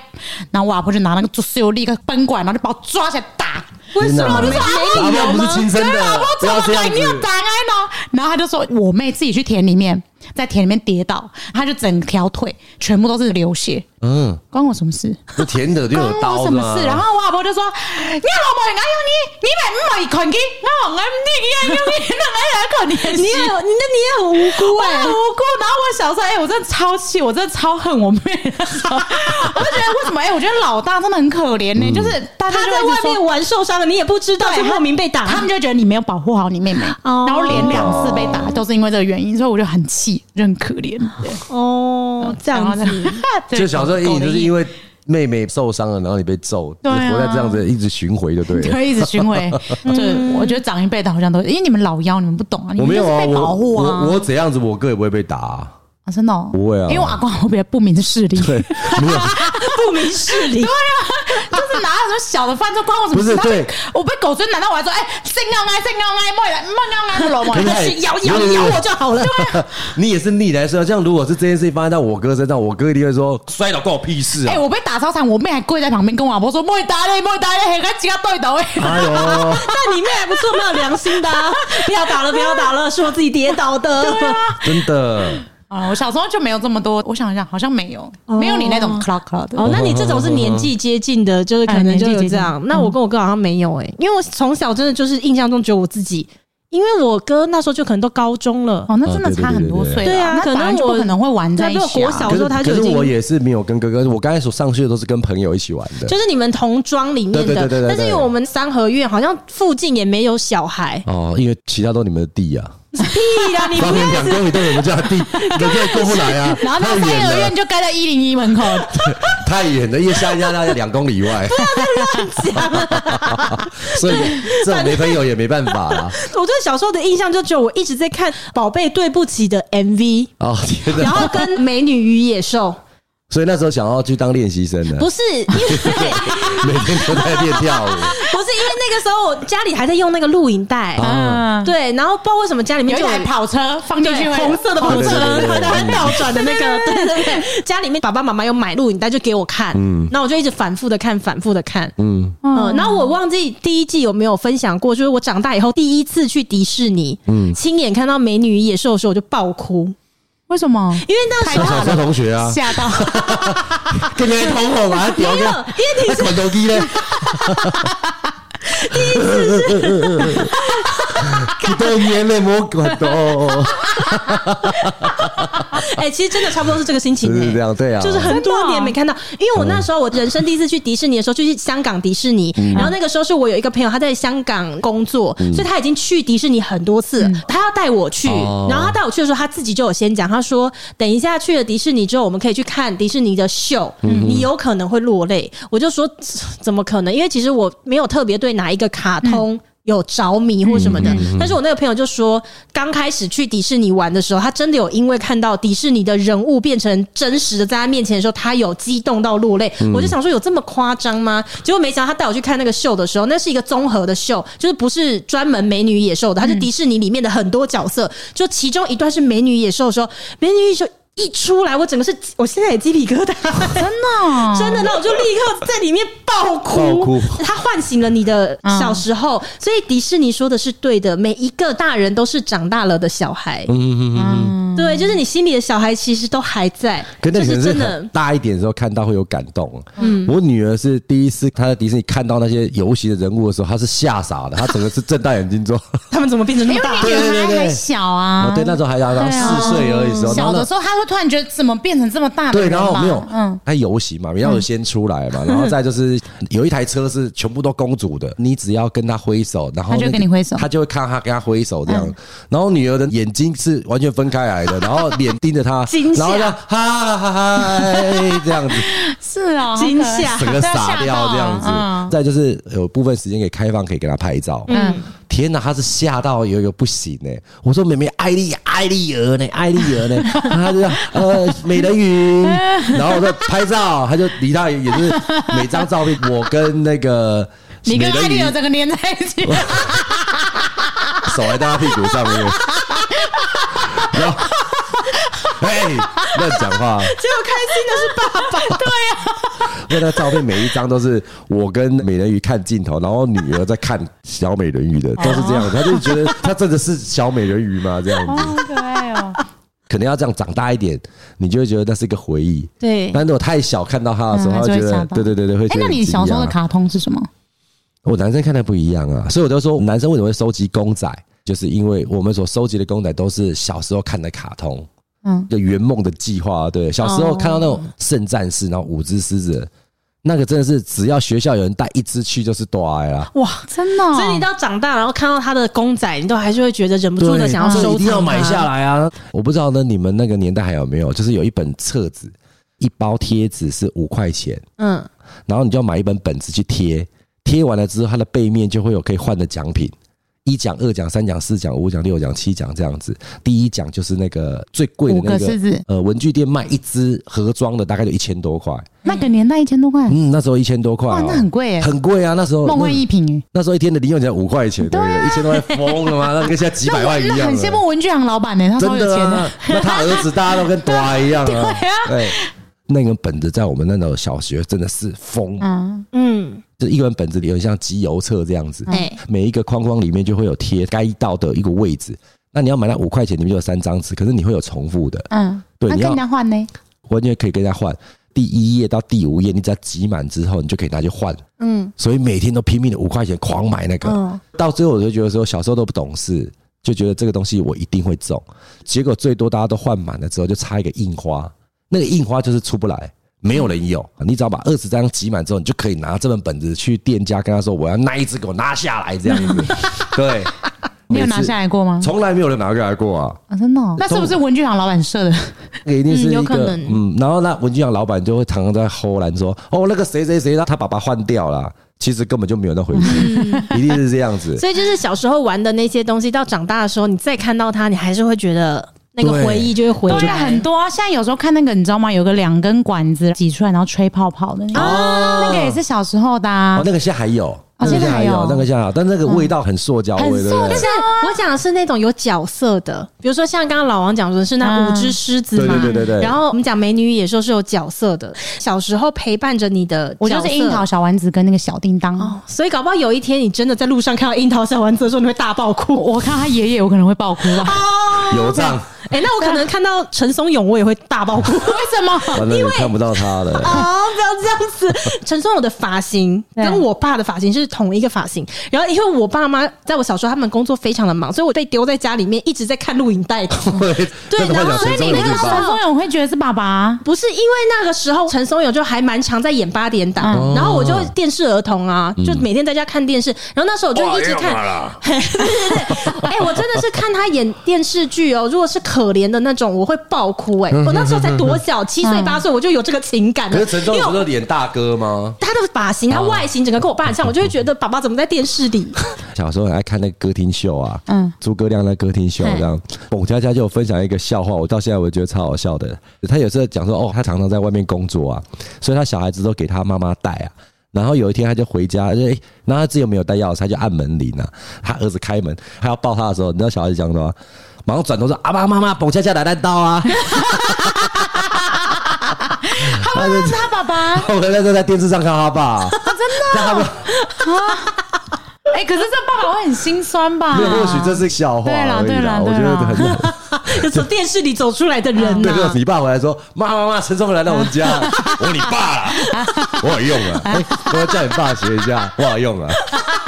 S3: 然后我阿婆就拿那个竹丝立刻奔过来，然后就把我抓起来打。
S1: 为什么？
S2: 天哪
S1: 你是没理由
S2: 阿嬷不是
S1: 吗？
S2: 亲生
S3: 对
S2: 的
S3: 啊，我，
S2: 不
S3: 怎
S2: 要
S3: 么
S2: 这样
S3: 敢
S2: 子
S3: 你。有打开呢？然后他就说我妹自己去田里面在田里面跌倒，他就整条腿全部都是流血，
S2: 嗯，
S3: 关我什么事？
S2: 那甜的就
S3: 关
S2: 有刀
S3: 我
S2: 的
S3: 什
S2: 嘛
S3: 么事？然后我阿婆就说：“你老婆很爱用你，你买唔买困机？我唔爱你，你爱用你，那爱来困
S1: 你也有，你那你也很无辜
S3: 我
S1: 哎、
S3: 很无辜。然后我小时候，哎、我真的超气，我真的超恨我妹那时候。我就觉得为什么？哎、我觉得老大真的很可怜呢、就是大家
S1: 他
S3: 就
S1: 在
S3: 会一
S1: 外
S3: 直说
S1: 面玩受伤了，你也不知道，就
S3: 对，
S1: 莫名被打。
S3: 他们就觉得你没有保护好你妹妹，
S1: 哦
S3: 然后连两次被打都是因为这个原因，所以我就很气，就很可怜。对，
S1: 哦，这样
S3: 然后
S1: 子
S3: 呢，对
S2: 就小时候阴
S3: 狗
S2: 影
S3: 的
S2: 就是因为妹妹受伤了，然后你被揍，
S3: 对啊
S2: 就活在这样子一直巡回就对
S3: [LAUGHS] 就
S2: 了。
S3: 会一直
S2: [LAUGHS]
S3: 巡回，就是我觉得长一辈的好像都，因为你们老妖，你们不懂啊，你
S2: 我
S3: 们
S2: 没
S3: 就
S2: 有
S3: 是
S2: 啊，
S3: 被保
S2: 我
S3: 护啊，
S2: 我我怎样子，我哥也不会被打啊。
S3: 啊真的哦
S2: 不会啊
S3: 因为我阿公我比较不明事理，
S2: 对，没有，
S1: [LAUGHS] 不明事理。
S3: [LAUGHS] 就是拿什么小的饭就关我什么事？
S2: 不是
S3: 他被
S2: 对
S3: 我被狗追，难道我还说哎，真要爱，真要啊爱，莫来，莫要爱，不老莫
S2: 可
S3: 来
S2: 是
S1: 但
S2: 他也
S1: 是咬咬
S2: 不是
S1: 咬我就好了，
S2: 你也是逆来顺受。像如果是这件事情发生在我哥身上，我哥一定会说摔倒关我屁事
S3: 哎、
S2: 啊。
S3: 我被打超惨，我妹还跪在旁边跟我阿婆说：“莫打嘞，莫打嘞，很个几个对头哎。”
S2: [LAUGHS] 哎呦，
S1: 那你妹还不错，蛮有良心的、啊。不要打了，不要打了，是我自己跌倒的。
S2: 真的，
S3: 啊，我小时候就没有这么多。我想一下，好像没有，
S1: 哦
S3: 没有你那种 clock clock 的。
S1: 哦，那你这种是年纪接近
S3: [LAUGHS]
S1: 的，就是可能就有这
S3: 哎年纪接
S1: 样。
S3: 近
S1: 那我跟我哥好像没有哎、因为我从小真的就是印象中只有我自己，因为我哥那时候就可能都高中了，
S3: 哦，那真的差很多岁了。
S1: 对啊
S3: 那
S1: 可能
S3: 本来就不
S1: 我
S3: 可能会玩在一起、啊。
S1: 对比我小
S2: 可
S1: 时
S2: 是
S1: 候他就
S2: 可
S1: 已
S2: 是
S1: 经
S2: 我也是没有跟哥哥，我刚才所上去的都是跟朋友一起玩的。
S1: 就是你们同庄里面
S2: 对对
S1: 的。
S2: 对对对
S1: 但
S2: 对，
S1: 是因为我们三合院好像附近也没有小孩
S2: [LAUGHS] 哦，因为其他都你们的地啊，
S1: 屁啦，你
S2: 方
S1: 不
S2: 圆
S1: 要
S2: 两公里都有人
S1: [LAUGHS]
S2: 家的地，你们这过不来啊，
S3: 然后
S2: 太
S3: 那三
S2: 远
S3: 合
S2: 了
S3: 院，就盖在一零一门口，
S2: 太远了，因为下一家大概两公里
S1: [LAUGHS]
S2: 以外，
S1: 啊
S2: [LAUGHS] 所以这种没朋友也没办法啊啦。
S1: 我对小时候的印象就只有我一直在看《宝贝对不起》的
S2: [LAUGHS]
S1: MV，
S2: 哦天
S1: 然
S2: 哪！
S1: 后跟《美女与野
S2: [LAUGHS]
S1: 兽
S2: 所以那时候想要去当练习生》，的，
S1: 不是啊因为 [LAUGHS]
S2: 每天都在练跳舞。
S1: 不是因为那个时候我家里还在用那个录影带，
S2: 啊
S3: 啊，
S1: 对，然后不知道为什么家里面
S3: 有一
S1: 就
S3: 台跑车放进去
S1: 对
S3: 会，
S1: 红色的跑车，
S2: 对对对对
S1: 它会倒转的那个，对对对，家里面爸爸妈妈有买录影带就给我看，嗯，那我就一直反复的看，反复的看。
S2: 嗯，
S1: 嗯，然后我忘记第一季有没有分享过，就是我长大以后第一次去迪士尼，嗯，亲眼看到《美女与野兽》的时候，我就爆哭，
S3: 为什么？
S1: 因为那时
S2: 我
S1: 候
S2: [LAUGHS] 小时候同学啊，
S3: 吓 [LAUGHS] 到！
S2: 跟人家同伙把他
S1: 没
S2: 屌
S1: 有，因
S2: 掉，
S1: 为你 [LAUGHS]
S2: 那滚头机呢？ [LAUGHS] 第一次是，都眼泪没滚
S1: [LAUGHS]
S2: 到，
S1: 哎、其实真的差不多是这个心情、
S2: 就
S1: 欸，
S2: 是这样，对啊，
S1: 就是很多年没看到，因为我那时候我人生第一次去迪士尼的时候，就是香港迪士尼。
S2: 嗯
S1: 然后那个时候是我有一个朋友，他在香港工作，所以他已经去迪士尼很多次了，他要带我去。
S2: 嗯哦
S1: 然后他带我去的时候，他自己就有先讲，他说等一下去了迪士尼之后，我们可以去看迪士尼的秀，
S2: 嗯
S1: 你有可能会落泪。我就说怎么可能？因为其实我没有特别对哪一个卡
S2: 嗯
S1: 通。有着迷或什么的，但是我那个朋友就说，刚开始去迪士尼玩的时候，他真的有因为看到迪士尼的人物变成真实的在他面前的时候，他有激动到落泪。我就想说，有这么夸张吗？结果没想到他带我去看那个秀的时候，那是一个综合的秀，就是不是专门美女与野兽的，它是迪士尼里面的很多角色，就其中一段是美女与野兽的时候，美女与野兽。一出来，我整个是，我现在也鸡皮疙瘩，
S3: 真的，
S1: 真的，那我就立刻在里面爆
S2: 爆
S1: 哭。
S2: 哭
S1: 它唤醒了你的小时候，所以迪士尼说的是对的，每一个大人都是长大了的小孩。
S2: 嗯。嗯嗯嗯
S1: 对，就是你心里的小孩其实都还在，
S2: 可那
S1: 这
S2: 你可
S1: 是
S2: 能是
S1: 真的
S2: 很。大一点的时候看到会有感动。嗯，我女儿是第一次她在迪士尼看到那些游戏的人物的时候，她是吓傻的，她整个是睁大眼睛之后，
S1: 他们怎么变成那么大？
S3: 因
S2: 对
S3: 为
S2: 对对
S3: 你女
S2: 对
S3: 儿还小啊
S2: 哦， [LAUGHS] 对，那时候还然后四岁而已的时候，然
S3: 小
S2: 后
S3: 的
S2: 那
S3: 时候，她会突然觉得怎么变成这么大的
S2: 对，
S3: 人
S2: 然后
S3: 嘛
S2: 没有，
S3: 嗯
S2: 嗯，，它游行嘛，然后先出来嘛，然后再就是有一台车是全部都公主的，你只要跟她挥手，然后
S3: 她就
S2: 那个
S3: 跟你挥手嗯
S2: 她就会看她跟她挥手这样，然后女儿的眼睛是完全分开来的，然后脸盯着
S3: [LAUGHS]
S2: 她
S1: 惊，吓
S2: 然后就哈哈嗨这样子，
S3: 是啊，
S1: 惊
S3: 好可爱
S1: 吓
S2: [LAUGHS]
S3: [LAUGHS]
S2: 整个傻掉这样
S3: 吓到
S2: 子。
S3: 啊
S2: 再就是有部分时间给开放，可以给他拍照。
S3: 嗯
S2: 天哪，他是吓到有有不行呢、我说妹妹艾丽艾丽儿呢，艾丽儿
S3: [LAUGHS]
S2: 呢，他就呃美人鱼，然后我说拍照，他就离他也是每张照片，我跟那个
S3: 你
S2: 美
S3: 跟艾
S2: 人
S3: 丽
S2: 鱼
S3: 儿整个连在一
S2: [LAUGHS]
S3: 起，
S2: 手还在他屁股上
S3: [LAUGHS]
S2: 面，然后哎乱讲话。
S1: 结果开心的是爸爸，啊
S2: 因为那照片每一张都是我跟美人鱼看镜头，然后女儿在看小美人鱼的，都是这样。他就觉得他真的是小美人鱼吗？这样子。
S3: 好可爱哦。
S2: 可能要这样长大一点，你就会觉得那是一个回忆。 [LAUGHS]
S3: 对
S2: 但是我太小看到他的时候，
S3: 嗯
S2: 他
S3: 还是
S2: 会觉
S3: 嗯会吓
S2: 得，
S3: 到
S2: 对对对对，会觉
S3: 哎，
S2: 得
S3: 那
S2: 很
S3: 你小时候的
S2: 惊讶
S3: 卡通是什么？
S2: 我男生看的不一样啊，所以我就说，男生为什么会收集公仔，就是因为我们所收集的公仔都是小时候看的卡通，
S3: 嗯
S2: 一个圆梦的计划，对，小时候看到那种圣战士，然后五只狮子，那个真的是只要学校有人带一只去就是大爱啦。
S3: 哇，真的哦、
S1: 所以你到长大，然后看到他的公仔，你都还是会觉得忍不住的想要
S2: 这
S1: 收
S2: 一定要
S1: 藏
S2: 买
S1: 它
S2: 下来啊！我不知道呢，你们那个年代还有没有？就是有一本册子，一包贴纸是五块钱，
S1: 嗯，
S2: 然后你就要买一本本子去贴，贴完了之后，它的背面就会有可以换的奖品，一奖、二奖、三奖、四奖、五奖、六奖、七奖这样子。第一奖就是那个最贵的
S3: 五
S2: 那
S3: 个狮
S2: 个。
S3: 子，
S2: 呃，文具店卖一只盒装的，大概就一千多块。
S3: 那个年代一千多块，
S2: 嗯，那时候一千多块、
S3: 哇，
S2: 哦，
S3: 那很贵耶，
S2: 很贵啊！那时候
S3: 梦幻一品耶。
S2: 那时候一天的零用钱五块钱，对不对？一千多块疯了吗？那跟现在几百万一
S3: 啊那
S2: 样啊
S3: 我
S2: 了。
S3: 很羡慕文具行老板 [LAUGHS] 呢，他超
S2: 真
S3: 有
S2: 的
S3: 钱的
S2: 啊。，那他儿子大家都跟瓜
S3: [LAUGHS]
S2: 一样啊。对那个本子在我们那种小学真的是疯，
S3: 嗯，
S1: 嗯，
S2: 就一本本子里有点像集邮册这样子，
S3: 嗯
S1: 哎、
S2: 每一个框框里面就会有贴该到的一个位置。那你要买那五块钱，里面就有三张纸，可是你会有重复的，
S3: 嗯，
S2: 对
S3: 那
S2: 你
S3: 跟
S2: 要
S3: 人家换呢？
S2: 完全可以跟人家换。第一页到第五页，你只要集满之后，你就可以拿去换。
S1: 嗯，
S2: 所以每天都拼命的五块钱狂买那个，
S1: 嗯
S2: 到最后我就觉得说小时候都不懂事，就觉得这个东西我一定会中，结果最多大家都换满了之后就差一个印花，那个印花就是出不来。没有人有，你只要把二十张集满之后，你就可以拿这本本子去店家跟他说：“我要那一只，给我拿下来。”这样子，
S1: [LAUGHS]
S2: 对，每
S3: 你有
S2: 次
S3: 拿下来过吗？
S2: 从来没有人拿下来过啊。
S3: 啊，真的哦？那是不是文具行老板设的？
S2: 那个一定是
S1: 嗯有
S2: 一
S1: 可
S2: 个
S1: 能
S2: 嗯，然后那文具行老板就会常常在后栏说：“哦，那个谁谁谁，他爸爸换掉了，其实根本就没有那回事，一定是这样
S1: [LAUGHS]
S2: 子。
S1: 所以就是小时候玩的那些东西，到长大的时候，你再看到它，你还是会觉得那个
S2: 对
S1: 回忆就会回
S3: 对啊，
S1: 来。
S3: 很多啊。现在有时候看那个，你知道吗？有个两根管子挤出来，然后吹泡泡的那个，那个也是小时候的啊
S2: 哦，。那个现在还有，那
S3: 哦
S2: 个
S3: 现在
S2: 还
S3: 还有
S2: 那个现在还有，但那个味道很塑胶味，
S3: 很
S2: 对不
S3: 塑
S2: 对
S1: 哦但？是我讲的是那种有角色的，比如说像刚刚老王讲说是那五只狮子嘛，
S2: 嗯对对对对对
S1: 然后我们讲美女与野兽是有角色的，小时候陪伴着你的角色，
S3: 我就是樱桃小丸子跟那个小叮当。
S1: 哦，所以搞不好有一天你真的在路上看到樱桃小丸子的时候，你会大爆哭。
S3: 我看到他爷爷，我可能会爆哭吧？
S2: [LAUGHS] 有账，
S1: 哎、那我可能看到陈松勇，我也会大爆哭。
S3: 为什么？
S2: 完了你看不到他了。
S1: 哦，不要这样子。陈松勇的发型
S3: 对
S1: 跟我爸的发型是同一个发型，然后因为我爸妈在我小时候他们工作非常的忙，所以我被丢在家里面一直在看录影带。
S2: [LAUGHS] 对
S1: 然后
S2: 所
S1: 所以你
S3: 你
S1: 那个
S3: 看到陈松勇会觉得是爸爸啊，
S1: 不是因为那个时候陈松勇就还蛮常在演八点档，
S2: 嗯哦
S1: 然后我就电视儿童啊，就每天在家看电视，然后那时候我就一直看，对对对， [LAUGHS] 哎、我真的是看他演电视剧哦，如果是可怜的那种，我会爆哭
S2: 嗯
S1: 哎、我那时候才多小，七岁八岁我就有这个情感
S2: 可
S1: 了，
S2: 是陈
S1: 因为
S2: 忠不
S1: 我
S2: 是脸大哥吗？
S1: 他的发型、他外形整个跟我爸很像，我就会觉得爸爸怎么在电视里？ [LAUGHS]
S2: 小时候很爱看那个歌厅秀啊，
S3: 嗯
S2: 诸葛亮的歌厅秀这样。董佳佳就有分享一个笑话，我到现在我觉得超好笑的。她有时候讲说，哦，她常常在外面工作啊，所以她小孩子都给她妈妈带啊。然后有一天，她就回家，就、诶然后她自己又没有带钥匙，她就按门铃啊。她儿子开门，她要抱她的时候，你知道小孩子讲什么？马上转头说：“阿妈妈妈，董佳佳来单刀啊！”
S3: [LAUGHS] 他爸爸是他爸
S2: [LAUGHS]
S3: 爸。哦
S2: 我那时候在电视上看他
S3: [LAUGHS]
S2: 爸，真的，
S3: 哎，可是这爸爸会很心酸吧？
S2: 没有或许这是笑话
S3: 啊对啦
S2: 而已
S3: 对
S2: 啦
S3: 啦，
S2: 我觉
S3: 对
S2: 得
S3: 啦啊
S2: 很 [LAUGHS]
S1: 从电视里走出来的人啊
S2: 对， [LAUGHS]
S1: 呐、
S2: 就是你爸回来说：“妈妈妈，陈松回来到我们家， [LAUGHS] 我说你爸啦，我有用
S3: [LAUGHS]
S2: 啊，哎 [LAUGHS] 我要叫你爸学一下，我有用啊。” [LAUGHS]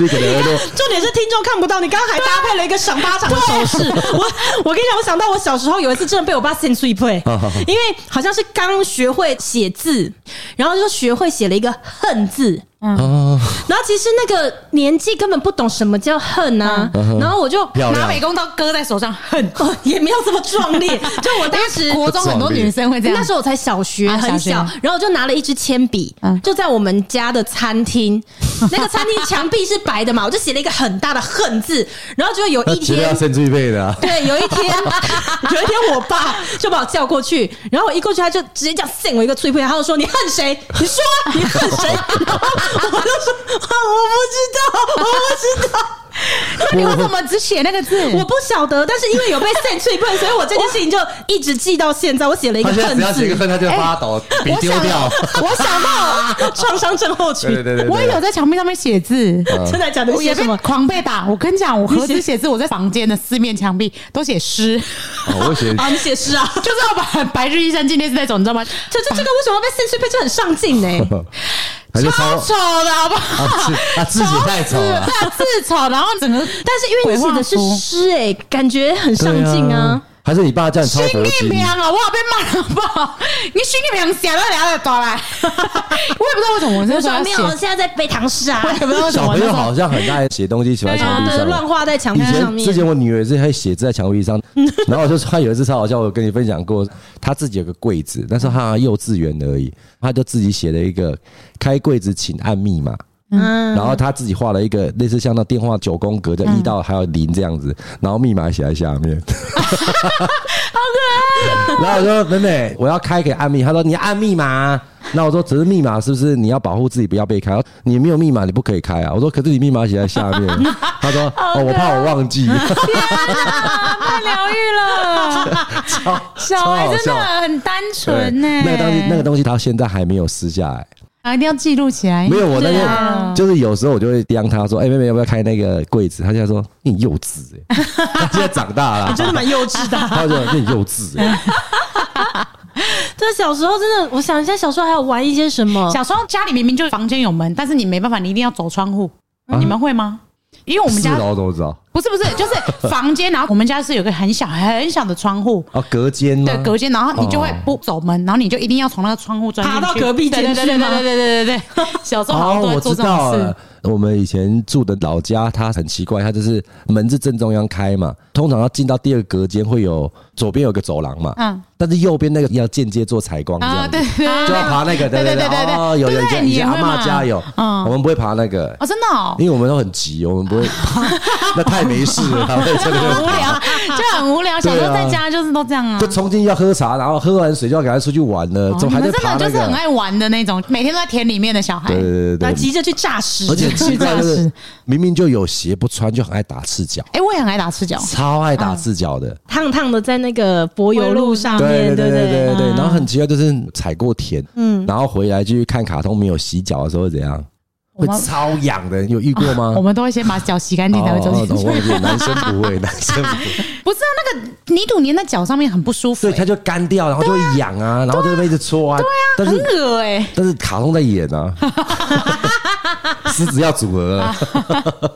S2: 你可能会
S3: [LAUGHS]
S2: 说
S1: 重点是听众看不到，你刚刚还搭配了一个赏巴掌的手势。 [LAUGHS] 我我跟你讲，我想到我小时候有一次真的被我爸扇碎配，因为好像是刚学会写字，然后就学会写了一个“恨”字。
S2: 哦，
S1: 然后其实那个年纪根本不懂什么叫恨啊，然后我就
S2: 漂
S3: 拿
S2: 亮
S3: 美工刀割在手上，恨。
S1: 哦也没有这么壮烈，就我当时 [LAUGHS]
S3: 国中很多女生会这样。
S1: 那时候我才小学，
S3: 啊
S1: 很
S3: 小学
S1: 小，然后我就拿了一支铅笔，
S3: 嗯
S1: 就在我们家的餐厅，
S3: [LAUGHS]
S1: 那个餐厅墙壁是白的嘛，我就写了一个很大的恨字，然后就有一
S2: 绝对
S1: 天
S2: 要。胜出一辈的啊。
S1: 对，有一天， [LAUGHS] 有一天，我爸就把我叫过去，然后我一过去，他就直接这样扇我一个脆配，他就说：“你恨谁？你说啊、你 [LAUGHS] 恨谁？”然后我就说：“啊我不知道，我不知道。”
S3: 你为什么只写那个字？
S1: [LAUGHS] 我不晓得，但是因为有被 sent 一份，所以我这件事情就一直记到现在。我写了一个
S2: 他现在
S1: 恨
S2: 只要写一个
S1: 字，
S2: 恨，他就发抖，笔
S3: 哎我
S2: 丢
S3: 想
S2: 掉
S1: [LAUGHS]
S3: 到。我想到，
S1: 创伤症候群
S2: 对。对对对，对
S3: 我也有在墙壁上面写字。
S1: [LAUGHS] 真的假的？
S3: 我
S1: 写
S3: 也
S1: 什
S3: 被
S1: 么？
S3: 狂被打，我跟你讲，我何止写字，我在房间的四面墙壁都写诗，
S2: 哦我写 [LAUGHS]
S3: [LAUGHS]
S1: 啊，你写诗啊？
S3: 就是要把白日依山尽烈士那种，你知道吗？
S1: 这这这个为什么要被 sent 这很上进
S2: [LAUGHS]
S1: 呢？
S2: 还是
S3: 超丑的好不好？
S2: 啊字啊字写太丑了
S3: 超丑对啊字丑，然后整个
S1: 但是因为你写的
S3: 鬼画
S1: 是
S3: 符
S1: 诗，哎，感觉很上进啊。！
S2: 还是你爸叫你抄
S3: 心
S2: 佛
S3: 地
S2: 经？
S3: 平啊，我好被骂了好不好？你心地平写到哪里多来？我也不知道为什么
S2: 啊
S3: 我那时候要
S1: 没
S3: 写，
S1: 有，现在在背唐诗啊
S3: 我。也不知道为什
S2: 小
S3: 么我
S2: 朋
S3: 那时
S2: 友
S3: 候
S2: 好像很爱写东西，喜欢
S1: 对啊
S2: 墙，壁
S1: 对，乱
S2: 上。
S1: 画在墙
S2: 以
S1: 壁上
S2: 前之前
S1: 面。嗯
S2: 我女儿也是会写字在墙壁上，然后我就她有一次超好笑，我跟你分享过，她自己有个柜子，那时候她好像幼稚园而已，她就自己写了一个开柜子请按密码，
S1: 嗯，
S2: 然后她自己画了一个类似像那电话九宫格的一到还有零这样子，然后密码写在下面， [LAUGHS] 好可爱。然后我说妹妹，我要开给按密，她说你按密码啊。 [LAUGHS] 那我说，只是密码是不是你要保护自己不要被开？你没有密码你不可以开啊！我说，可是你密码写在下面。她说，哦，我怕我忘记。 [LAUGHS]
S3: 太疗愈了，
S2: [LAUGHS]
S3: [LAUGHS] 小孩真的很欸单纯呢、
S2: 那个东西，那个东西，他现在还没有撕下来。
S3: 啊，一定要记录起来。
S2: 没有，我那
S1: 对
S2: 天、
S1: 啊
S2: 就是有时候我就会刁他说：“哎、妹妹要不要开那个柜子？”他现在说：“你很幼稚、欸。” [LAUGHS] 他现在长大了，
S1: 真的蛮幼稚的。
S2: [LAUGHS] 他就说你很幼稚、欸。
S3: 哎
S1: 这啊小时候真的，我想一下，小时候还有玩一些什
S2: 嗯
S1: 么？
S3: 小时候家里明明就房间有门，但是你没办法，你一定要走窗户。
S2: 啊
S3: 你们会吗？因为我们
S2: 四
S3: 家
S2: 楼怎么知道？
S3: 不是不是，就是房间，然后我们家是有个很小很小的窗户。
S2: 哦，隔间吗？
S3: 对隔间，然后你就会不走门，然后你就一定要从那个窗户钻
S2: [LAUGHS]
S3: 进去
S1: 爬到隔壁间
S3: 对对对
S1: 去吗
S3: 对对对对对对，小时候好像都
S2: 哦，
S3: 会
S2: 我
S3: 做
S2: 知
S3: 这种
S2: 道
S3: 事
S2: 了。。我们以前住的老家，它很奇怪，它就是门是正中央开嘛，通常要进到第二个隔间会有左边有个走廊嘛，
S3: 嗯
S2: 但是右边那个要间接做采光这样
S3: 啊，
S2: 子。
S3: 对对
S2: [LAUGHS]
S3: 对，
S2: 就要爬那个，对
S3: 对
S2: 对
S3: 对对
S2: 哦，有有
S3: 对
S2: 以
S3: 对
S2: 前以前
S3: 你
S2: 阿
S3: 也会嘛
S2: 嬷家有，
S3: 嗯
S2: 我们不会爬那个，
S3: 哦，真的哦，
S2: 因为我们都很急，我们
S3: [LAUGHS]
S2: 不会，那太没事了，对对对
S3: 很
S2: [LAUGHS]
S3: 无聊，啊就很无聊。小时候在家就是都这样啊
S2: 啊就。冲进要喝茶，然后喝完水就要赶快出去玩了，
S3: 哦
S2: 怎么还
S3: 你们
S2: 在
S3: 真
S2: 爬
S3: 的
S2: 那
S3: 就是很
S2: 个？
S3: 爱玩的那种，每天都在田里面的小孩
S2: 对。对对
S1: 那
S2: 对对，
S1: 急着去炸屎，
S2: 而且很奇
S1: [LAUGHS]
S2: 怪就
S3: 去炸
S2: 是
S3: 屎
S2: 明明就有鞋不穿，就很爱打赤脚，
S3: 哎，我也很爱打赤脚，
S2: 超爱打赤脚
S3: 嗯
S2: 的。
S1: 烫烫的在那个柏油路上
S2: 对
S1: 面，
S3: 啊
S2: 对
S1: 不
S2: 对对对，
S1: 嗯
S2: 然后很奇怪，就是踩过田，嗯，然后回来继续看卡通，没有洗脚的时候会怎样？
S3: 我
S2: 会
S3: 们
S2: 超痒的，你有遇过吗
S3: 我？们都会先把脚洗干净才会走
S2: 嗯哦哦
S3: 进
S2: 哦我忘
S3: 去。
S2: 记了男生不 [LAUGHS] 会，男生不会，
S3: 不是啊，那个泥土粘在脚上面很不舒服
S2: 所以它
S3: 欸，
S2: 就干掉，然后就会痒啊，然后就会被一直搓啊。对啊，但
S3: 很
S2: 是
S3: 恶哎。
S2: 但是卡通在演啊，狮子要组合啊了。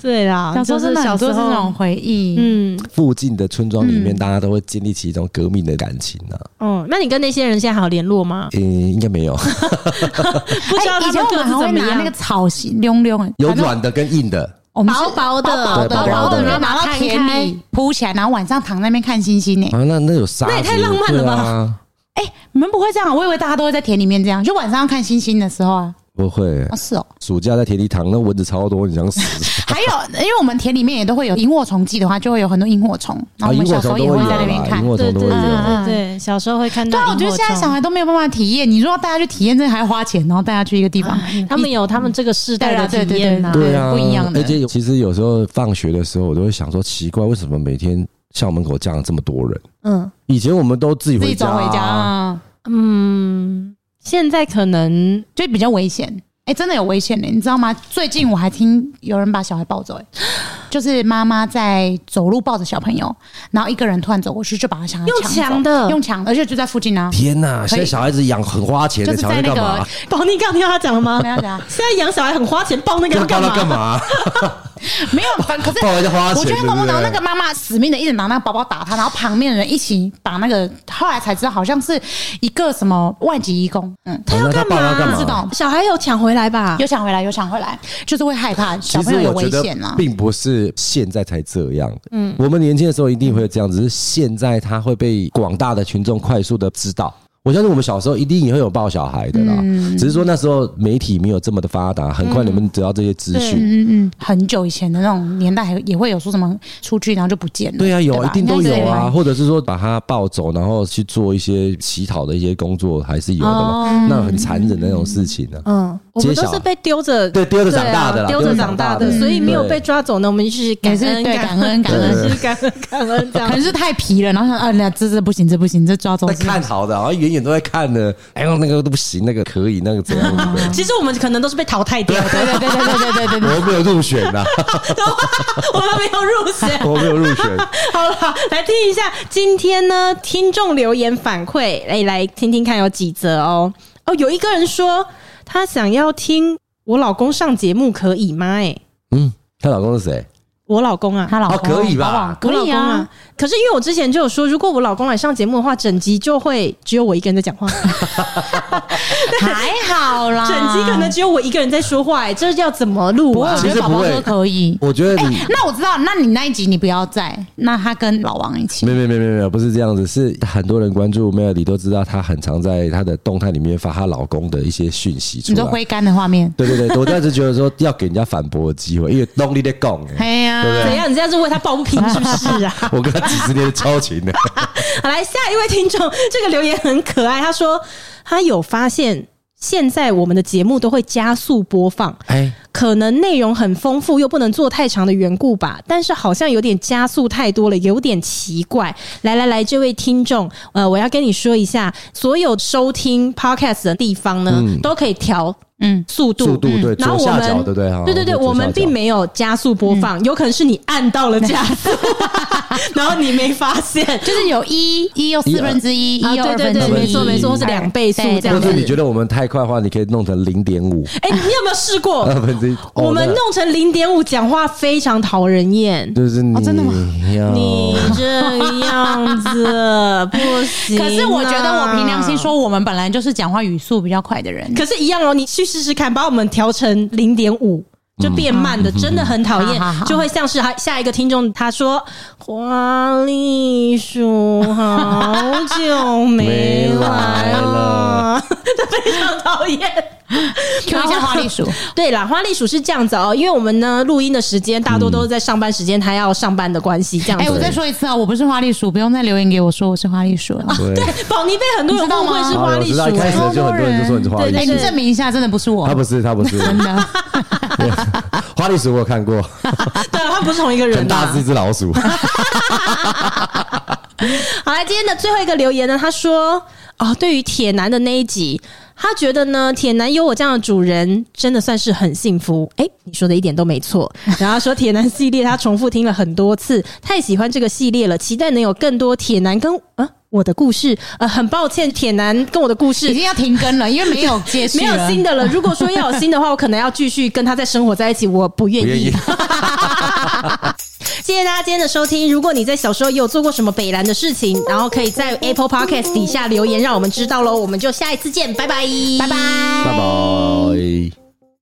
S1: 对啦，
S3: 小时候真
S1: 就
S3: 的
S1: 是
S3: 啊
S1: 小
S3: 很
S1: 时
S3: 多
S1: 候
S3: 是那种回忆，
S1: 嗯
S2: 附近的村庄里面，大家都会建立起一种革命的感情啊。
S1: 嗯，那你跟那些人现在还有联络吗？
S2: 嗯，应该没有，
S1: [LAUGHS] 不知道
S3: 哎以
S1: 他
S3: 前
S1: 们
S3: 我
S1: 各
S3: 们
S1: 自
S3: 还会
S1: 怎么
S3: 拿
S1: 样
S3: 那个。草席溜溜，哎
S2: 有
S3: 反正
S2: 软的跟硬的。
S3: 我们是
S4: 薄薄的，
S3: 薄薄的，
S2: 对薄薄
S3: 薄
S2: 的
S3: 的，然后拿到
S4: 摊
S3: 田里铺起来，然后晚上躺在那边看星星呢。
S2: 啊，那那有沙子，
S1: 那也太浪漫了吧
S2: 对啊？
S3: 哎，你们不会这样啊？我以为大家都会在田里面这样，就晚上要看星星的时候啊。
S2: 不会
S3: 哦，，是哦。。
S2: 暑假在田里躺，那蚊子超多，你想死
S3: [LAUGHS] 还有，因为我们田里面也都会有萤火虫季的话，就会有很多萤火虫，然哦后我
S2: 啊萤
S3: 们
S2: 火
S3: 小时
S2: 虫
S3: 候
S2: 都
S3: 也
S2: 会
S3: 会
S2: 有
S3: 在那边
S2: 啦，萤。
S3: 看
S1: 嗯
S2: 火虫都会
S1: 对
S2: 有。啊
S1: 对对，小时候会看
S3: 对
S1: 到
S3: 啊，
S1: 萤
S3: 我
S1: 火虫。
S3: 觉得现在小孩都没有办法体验。你如果带他去体验，真的还花钱，然后带他去一个地方，
S4: 嗯
S1: 他们有他们这个世代的体验呐、
S3: 对
S2: 对啊，
S3: 不一样的
S2: 而且其实有时候放学的时候，我都会想说，奇怪，为什么每天校门口站了这么多人？
S1: 嗯
S2: 以前我们都自己
S3: 自
S2: 回
S3: 己走
S2: 家、
S3: 回家，啊，
S1: 嗯，现在可能
S3: 就比较危险。哎，真的有危险的，你知道吗？最近我还听有人把小孩抱走，哎，就是妈妈在走路抱着小朋友，然后一个人突然走过去就把他小孩
S1: 用
S3: 抢
S1: 抢
S3: 走
S1: 的
S3: 用抢的，而且就在附近啊，
S2: 天哪！现在小孩子养很花钱
S3: 就
S2: 的，
S3: 是
S2: 小
S3: 在
S2: 孩
S3: 那
S2: 干
S3: 个
S2: 嘛？
S1: 宝妮刚刚听到他讲了吗
S3: 没？有
S1: [LAUGHS]
S3: 啊，
S1: 现在养小孩很花钱，抱那个
S2: 要
S1: 要
S2: 干
S1: 干
S3: [LAUGHS]
S2: 嘛
S1: 嘛？
S2: 干嘛？
S3: 没有，反可是
S2: 抱回家花钱
S3: 我觉得很恐怖。
S2: 对不对
S3: 然后那个妈妈死命的一直拿那个包包打他，然后旁边的人一起把那个，后来才知道好像是一个什么外籍义工，嗯，
S1: 他要
S2: 那
S1: 干嘛
S2: 爸妈干
S3: 不知道
S2: 嘛？
S1: 小孩有抢回来吧？
S3: 有抢回来，有抢回来，就是会害怕小
S2: 其
S3: 朋
S2: 实
S3: 友有
S2: 我觉
S3: 危
S2: 得
S3: 险啊啦。
S2: 并不是现在才这样，嗯，我们年轻的时候一定会这样，只是现在他会被广大的群众快速的知道。我相信我们小时候一定也会有抱小孩的啦，
S3: 嗯
S2: 只是说那时候媒体没有这么的发达，很快你们得到这些资讯，
S3: 嗯嗯，很久以前的那种年代，还也会有说什么出去然后就不见了。
S2: 对啊，有
S3: 吧
S2: 一定都
S3: 应该是
S2: 有啊，
S3: 吧
S2: 或者是说把他抱走，然后哦去做一些乞讨的一些工作，还是有的嘛。那很残忍的那种事情呢、啊。
S1: 嗯，我
S2: 揭
S1: 们都
S2: 晓
S1: 是。被丢着，
S2: 对丢着长大的啦
S1: 对啊丢着长大的
S2: 丢着长大，的
S1: 所以没有
S2: 对
S1: 被抓走呢。我们就是感
S3: 也是
S1: 恩，
S3: 对
S1: 感
S3: 感恩感
S2: 恩
S1: 是感恩，感恩这
S3: 可
S1: 样
S3: 能。是太皮了，然后想啊，那这这不行，这不行，这抓走
S2: [LAUGHS] 在。看好的，然啊后远远都在看呢。哎呦，那个都不行，那个可以，那个怎样？ [LAUGHS] 对
S1: 其实我们可能都是被淘汰掉
S3: [LAUGHS]
S1: 的，
S3: 对对对对对对对对
S2: 不 [LAUGHS] 对我没有入选呐，
S1: 我们没有入选。
S2: 我没有入选。
S1: [LAUGHS] 好了，来听一下，今天呢，听众留言反馈，来来听听看有几则哦。哦，有一个人说他想要听我老公上节目，可以吗？哎，
S2: 嗯，她老公是谁？
S1: 我老公啊，
S3: 他老公
S2: 哦可以吧
S1: 我
S3: 好不好
S1: 老
S3: 可以
S1: 公
S3: 啊
S1: 啊。。可是因为我之前就有说，如果我老公来上节目的话，整集就会只有我一个人在讲
S3: [LAUGHS]
S1: 话，
S3: 还
S2: [LAUGHS]
S3: 好啦，
S1: 整集可能只有我一个人在说话、哎，这要怎么录
S3: 不会，
S1: 啊
S3: 我？
S2: 其
S3: 觉
S2: 实
S3: 得宝
S2: 不
S3: 宝
S2: 会嗯
S3: 说可以。哎
S2: 我觉得你
S3: 那我知道，那你那一集你不要在，那他跟老王一起
S2: [LAUGHS] 没。有没有没有没有没有，不是这样子，是很多人关注 Melody 都知道，她很常在她的动态里面发她老公的一些讯息出
S3: 你说
S2: 来。
S3: 挥杆的画面，
S2: 对对对，我当时觉得说要给人家反驳的机会，因为动力在 [LAUGHS] 讲。欸
S3: 哎呀，
S1: 怎样？你这样是为他抱不平是不是啊？
S2: [LAUGHS] 我跟他几十年的交情呢，
S1: [LAUGHS] 好，来下一位听众，这个留言很可爱，他说他有发现。现在我们的节目都会加速播放，
S2: 哎，
S1: 可能内容很丰富又不能做太长的缘故吧，但是好像有点加速太多了，有点奇怪。来来来，这位听众，呃，我要跟你说一下，所有收听 podcast 的地方呢，都可以调
S3: 嗯，
S1: 速度。
S2: 速度对，
S1: 然后
S2: 左
S1: 我
S2: 下
S1: 们
S2: 角对不嗯对？哈
S1: 对对对，我们并。没有加速播放，有可能是你按到了加
S2: [LAUGHS]
S1: 速，然后你没发现。
S3: 就是有一，一又四分之一，一
S1: 啊
S3: 又
S1: 对
S3: 二分
S1: 对
S3: 之一，
S1: 对
S2: 没错没错
S1: 或是两倍速
S3: 对
S1: 这
S2: 左
S1: 样
S2: 下角
S1: 子
S2: 或者你觉得我们太快的话，你可以弄成零点五
S1: 哎、你有没有试
S3: [LAUGHS]
S1: 过？
S3: 呃
S2: 二分之一。哦
S1: 我们
S3: 啊
S2: 那
S1: 弄成零点五，讲话非常讨人厌。
S2: 就是你
S3: 真的吗
S2: 要
S1: 你这个样
S3: [LAUGHS]
S1: 子不行、啊
S3: 哦可是我觉得我凭良心，说，我们本来就是讲话语速比较快的人。
S1: 可是一样哦，你去试试看，把我们调成零点五。
S3: 嗯
S1: 就变慢的，真的很讨厌
S3: 好好，好
S1: 就会像是他下一个听众他说：“花栗鼠好久没
S3: [LAUGHS]
S1: 来了， [LAUGHS] 非常讨厌。”
S3: Q 一下花栗鼠，
S1: [LAUGHS] 对啦，花栗鼠是这样子哦，因为我们呢录音的时间大多
S2: 嗯
S1: 都是在上班时间，他要上班的关系这样
S3: 哎、
S1: 子。
S3: 我再说一次啊，我不是花栗鼠，不用再留言给我说我是花栗鼠了。
S1: [LAUGHS]
S2: 对，
S1: 宝妮被很多人误会是
S2: 哦
S1: 花
S2: 我
S1: 栗
S2: 知
S1: 鼠
S2: 道一开始
S1: 欸，
S2: 就很多人就 [LAUGHS] 说你是花栗
S1: 对
S3: 哎、
S1: 对
S2: 鼠
S1: 对，
S3: 你证明一下，真的不是我，
S2: 他不是他
S1: [LAUGHS]
S2: 不是
S3: 真的。
S2: 花栗鼠，我有看过，
S1: [LAUGHS] 对啊，他不是同一个
S2: 很
S1: 人
S2: 大
S1: 啊
S2: 只。一只老
S1: [LAUGHS]
S2: 鼠。
S1: 好来，今天的最后一个留言呢，他说哦，对于铁男的那一集，他觉得呢，铁男有我这样的主人，真的算是很幸福。哎、你说的一点都没错。然后他说铁男系列，他重复听了很多次，太喜欢这个系列了，期待能有更多铁男跟啊我的故事。呃，很抱歉，铁男跟我的故
S3: [LAUGHS] 已
S1: 事。
S3: 经要停更了，因为没有接续
S2: 啊
S1: 没有
S3: 了
S1: 新
S2: [LAUGHS]
S1: 的了。如果说要有新的话，我可能要继续跟他再生活在一起，我不愿
S2: 不愿
S1: 意 [LAUGHS]
S2: 意。
S1: 谢谢大家今天的收听。如果你在小时候也有做过什么北兰的事情，然后可以在 Apple Podcast 底下留言，让我们知道喽。我们就下一次见，拜拜，
S3: 拜拜。
S2: 拜拜。